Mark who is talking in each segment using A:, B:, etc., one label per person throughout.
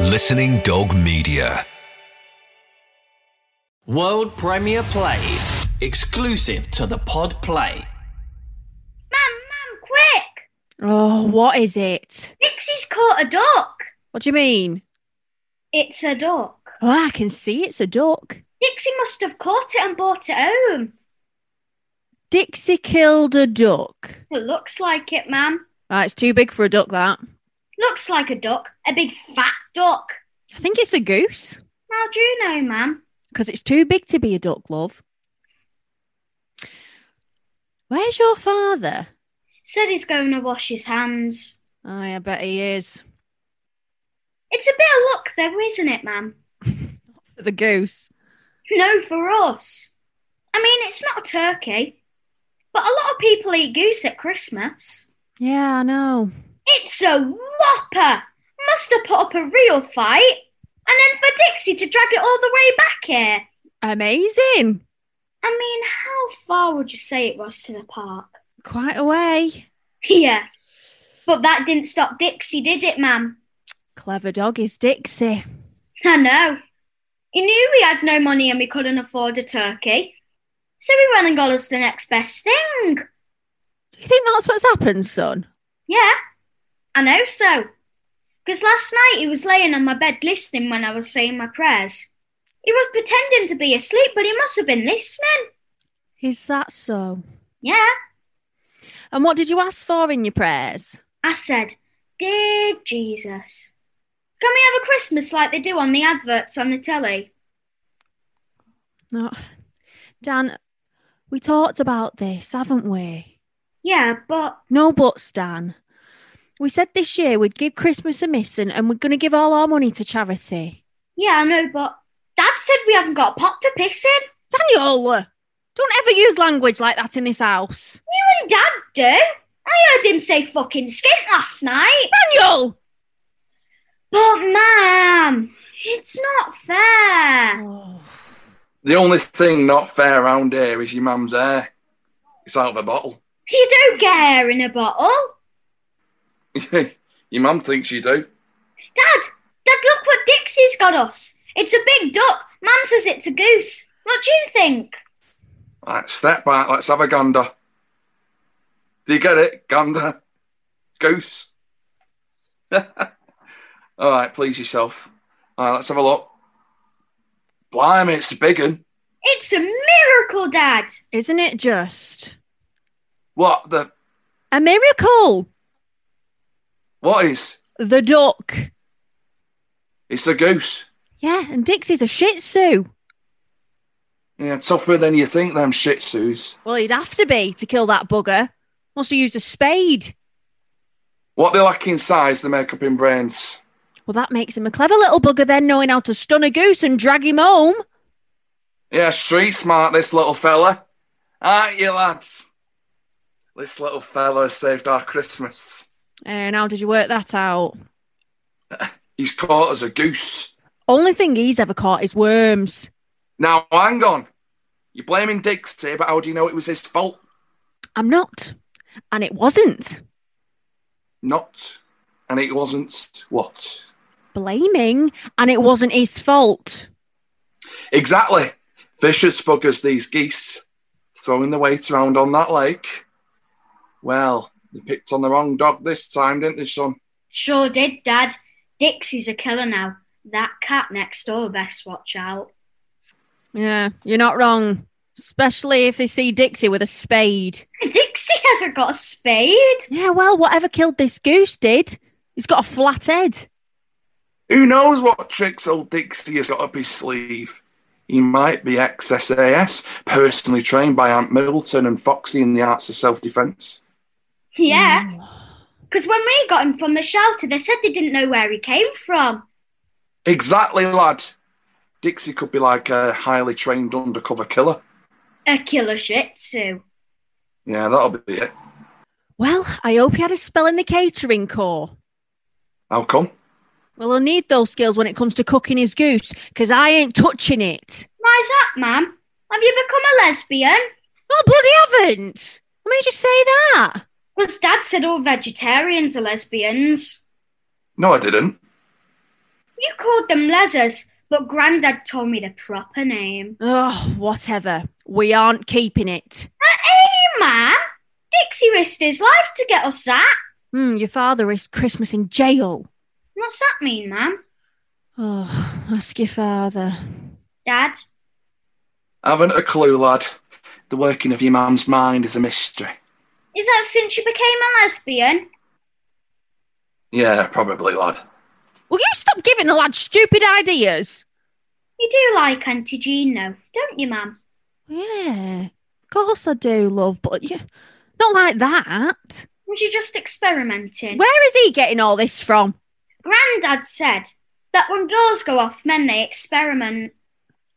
A: Listening Dog Media.
B: World premiere plays exclusive to the Pod Play.
C: Mum, mum, quick!
D: Oh, what is it?
C: Dixie's caught a duck.
D: What do you mean?
C: It's a duck.
D: Oh, I can see it's a duck.
C: Dixie must have caught it and brought it home.
D: Dixie killed a duck.
C: It looks like it, mum.
D: Ah, it's too big for a duck, that.
C: Looks like a duck. A big fat duck.
D: I think it's a goose
C: How do you know, mum?
D: because it's too big to be a duck, love. Where's your father?
C: Said he's going to wash his hands.
D: Aye, I bet he is.
C: It's a bit of luck, though, isn't it, mum?
D: The goose.
C: No, for us. I mean, it's not a turkey, but a lot of people eat goose at Christmas.
D: Yeah, I know.
C: It's a whopper. Must have put up a real fight. And then for Dixie to drag it all the way back here.
D: Amazing.
C: I mean, how far would you say it was to the park?
D: Quite a way.
C: Yeah. But that didn't stop Dixie, did it, ma'am?
D: Clever dog is Dixie.
C: I know. He knew we had no money and we couldn't afford a turkey. So we went and got us the next best thing.
D: Do you think that's what's happened, son?
C: Yeah, I know so. Because last night he was laying on my bed listening when I was saying my prayers. He was pretending to be asleep, but he must have been listening.
D: Is that so?
C: Yeah.
D: And what did you ask for in your prayers?
C: I said, Dear Jesus, can we have a Christmas like they do on the adverts on the telly?
D: No. Dan, we talked about this, haven't we?
C: Yeah, but
D: No buts, Dan. We said this year we'd give Christmas a miss and, and we're going to give all our money to charity.
C: Yeah, I know, but Dad said we haven't got a pot to piss in.
D: Daniel, don't ever use language like that in this house.
C: And Dad do. I heard him say fucking skint last night.
D: Daniel!
C: But, Ma'am, it's not fair.
D: Oh,
E: The only thing not fair round here is your mum's hair. It's out of a bottle.
C: You don't get hair in a bottle.
E: your mum thinks you do.
C: Dad, Dad, look what Dixie's got us. It's a big duck. Mum says it's a goose. What do you think?
E: Right, step back, let's have a gander. Do you get it? Gander. Goose. All right, please yourself. All right, let's have a look. Blimey, it's a big one.
C: It's a miracle, Dad.
D: isn't it just
E: What the?
D: a miracle?
E: What is?
D: The duck.
E: It's a goose.
D: Yeah, and Dixie's a Shih Tzu.
E: Yeah, tougher than you think, them shih tzus.
D: Well, he'd have to be to kill that bugger. Must have used a spade.
E: What they lack in size, they make up in brains.
D: Well, that makes him a clever little bugger then, knowing how to stun a goose and drag him home.
E: Yeah, street smart, this little fella. Aren't you, lads? This little fella has saved our Christmas.
D: And how did you work that out?
E: He's caught us a goose.
D: Only thing he's ever caught is worms.
E: Now, hang on. You're blaming Dixie, but how do you know it was his fault?
D: I'm not. And it wasn't.
E: Not. And it wasn't what?
D: Blaming, and it wasn't his fault.
E: Exactly. Vicious buggers, these geese. Throwing the weight around on that lake. Well, they picked on the wrong dog this time, didn't they, son?
C: Sure did, Dad. Dixie's a killer now. That cat next door best watch out.
D: Yeah, you're not wrong. Especially if they see Dixie with a spade.
C: Dixie hasn't got a spade.
D: Yeah, well, whatever killed this goose did. He's got a flat head.
E: Who knows what tricks old Dixie has got up his sleeve? He might be XSAS, personally trained by Aunt Middleton and Foxy in the arts of self defence.
C: Yeah. Because when we got him from the shelter, they said they didn't know where he came from.
E: Exactly, lad. Dixie could be like a highly trained undercover killer.
C: A killer shih tzu.
E: Yeah, that'll be it.
D: Well, I hope he had a spell in the catering corps.
E: How come?
D: Well, he'll need those skills when it comes to cooking his goose, because I ain't touching it.
C: Why's that, ma'am? Have you become a lesbian?
D: No, Oh, bloody haven't. What made you say that?
C: Because Dad said all vegetarians are lesbians.
E: No, I didn't.
C: You called them lezers, but Grandad told me the proper name.
D: Oh, whatever. We aren't keeping it.
C: Hey, Ma! Dixie risked his life to get us that.
D: Hmm, your father is Christmas in jail.
C: What's that mean, Mum?
D: Oh, ask your father.
C: Dad?
E: Haven't a clue, lad. The working of your mum's mind is a mystery.
C: Is that since you became a lesbian?
E: Yeah, probably, lad.
D: Will you stop giving the lad stupid ideas?
C: You do like Auntie Jean, though, don't you, Mum?
D: Yeah, of course I do, love, but yeah, not like that.
C: Was you just experimenting?
D: Where is he getting all this from?
C: Grandad said that when girls go off men, they experiment.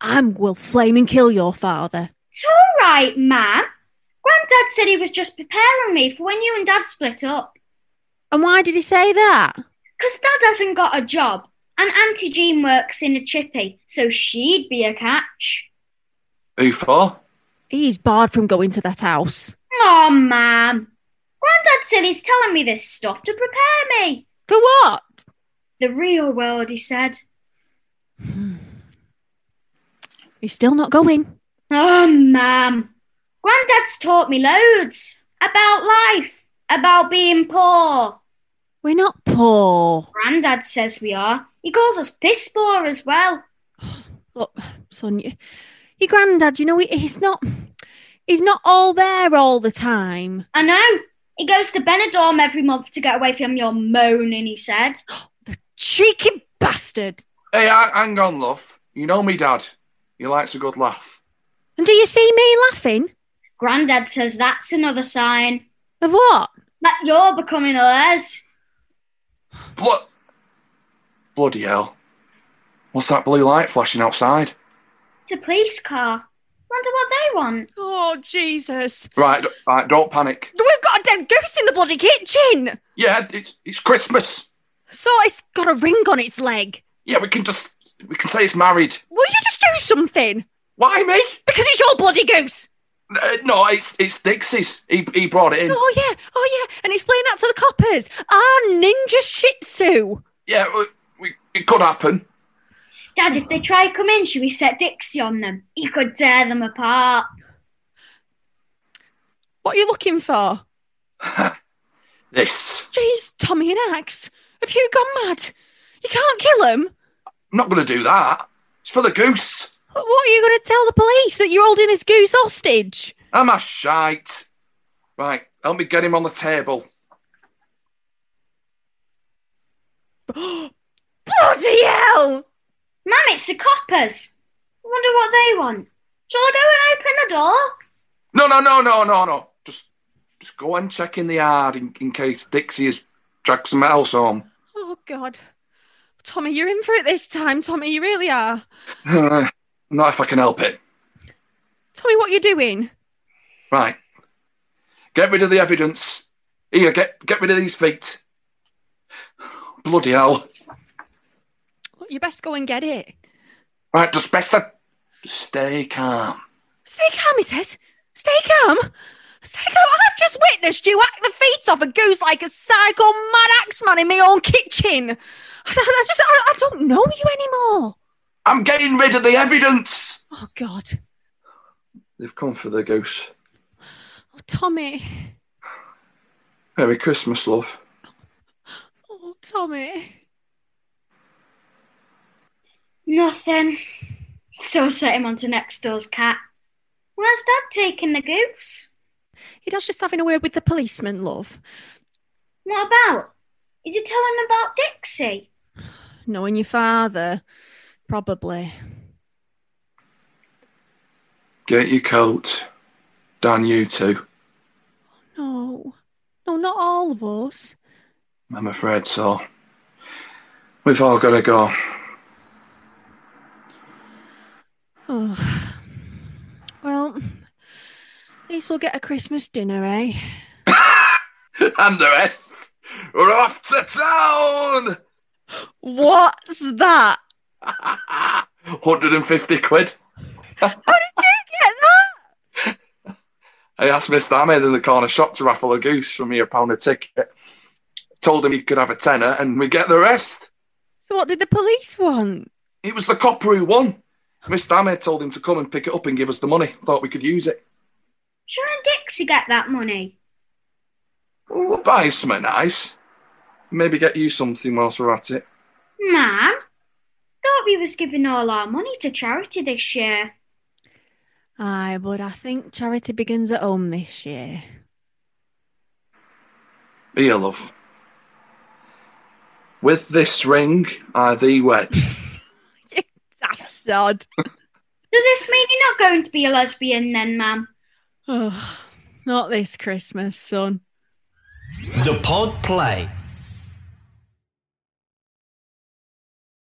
D: I'm will flame and kill your father.
C: It's all right, Mum. Grandad said he was just preparing me for when you and Dad split up.
D: And why did he say that?
C: Because Dad hasn't got a job, and Auntie Jean works in a chippy, so she'd be a catch.
E: Who for?
D: He's barred from going to that house.
C: Oh, Mum. Grandad said he's telling me this stuff to prepare me.
D: For what?
C: The real world, he said.
D: He's still not going.
C: Oh, Mum. Grandad's taught me loads about life, about being poor.
D: We're not poor.
C: Grandad says we are. He calls us piss poor as well.
D: Look, son, you, your granddad, you know, he, he's not. He's not all there all the time.
C: I know. He goes to Benidorm every month to get away from your moaning, he said.
D: Cheeky bastard.
E: Hey, ha- hang on, love. You know me, dad. He likes a good laugh.
D: And do you see me laughing?
C: Grandad says that's another sign
D: Of what?
C: that you're becoming a les.
E: Blood. Bloody hell. What's that blue light flashing outside?
C: It's a police car. Wonder what they want.
D: Oh, Jesus.
E: Right, d- right don't panic.
D: We've got a dead goose in the bloody kitchen.
E: Yeah, it's it's Christmas.
D: So it's got a ring on its leg.
E: Yeah, we can just we can say it's married.
D: Will you just do something?
E: Why me?
D: Because it's your bloody goose.
E: Uh, no, it's it's Dixie's. He he brought it in.
D: Oh, yeah. Oh, yeah. And explain that to the coppers. Our ninja shih tzu.
E: Yeah, we, we, it could happen.
C: Dad, if they try come in, should we set Dixie on them? He could tear them apart.
D: What are you looking for?
E: This.
D: Jeez, Tommy and Axe. Have you gone mad? You can't kill him.
E: I'm not going to do that. It's for the goose.
D: What are you going to tell the police that you're holding this goose hostage?
E: I'm a shite. Right, help me get him on the table.
D: Bloody hell!
C: Mum, it's the coppers. Wonder what they want. Shall I go and open the door?
E: No, no, no, no, no, no. Just just go and check in the yard in, in case Dixie has dragged some else home.
D: Oh God, Tommy, you're in for it this time. Tommy, you really are.
E: Not if I can help it.
D: Tommy, what are you doing?
E: Right. Get rid of the evidence. Here, get get rid of these feet. Bloody hell.
D: Look, You best go and get it.
E: Right, just best I just stay calm.
D: Stay calm, he says. Stay calm. Stay calm. I've just witnessed you hack the feet off a goose like a psycho mad axe man in my own kitchen. I, I just, I, I don't know you anymore.
E: I'm getting rid of the evidence.
D: Oh God,
E: They've come for the goose.
D: oh Tommy,
E: Merry Christmas, love.
D: oh Tommy.
C: Nothing. So I set him onto next door's cat. Where's Dad taking the goose?
D: He does just having a word with the policeman, love.
C: What about? Is he telling them about Dixie?
D: Knowing your father, probably.
E: Get your coat. Dan, you too.
D: No, no, not all of us.
E: I'm afraid so. We've all got to go.
D: Oh. Well, at least we'll get a Christmas dinner, eh?
E: and the rest. We're off to town!
D: What's that?
E: 150 quid.
D: Get that?
E: I asked Mr. Ahmed in the corner shop to raffle a goose for me a pound a ticket. Told him he could have a tenner and we get the rest.
D: So what did the police want?
E: It was the copper who won. Mr. Ahmed told him to come and pick it up and give us the money. Thought we could use it.
C: Shouldn't Dixie get that money?
E: Well, we'll buy you something nice. Maybe get you something whilst we're at it.
C: Ma'am, thought we was giving all our money to charity this year.
D: Aye, but I think charity begins at home this year.
E: Here, love. With this ring, I thee wed.
D: That's odd.
C: Does this mean you're not going to be a lesbian then, ma'am?
D: Oh, not this Christmas, son.
B: The Pod Play.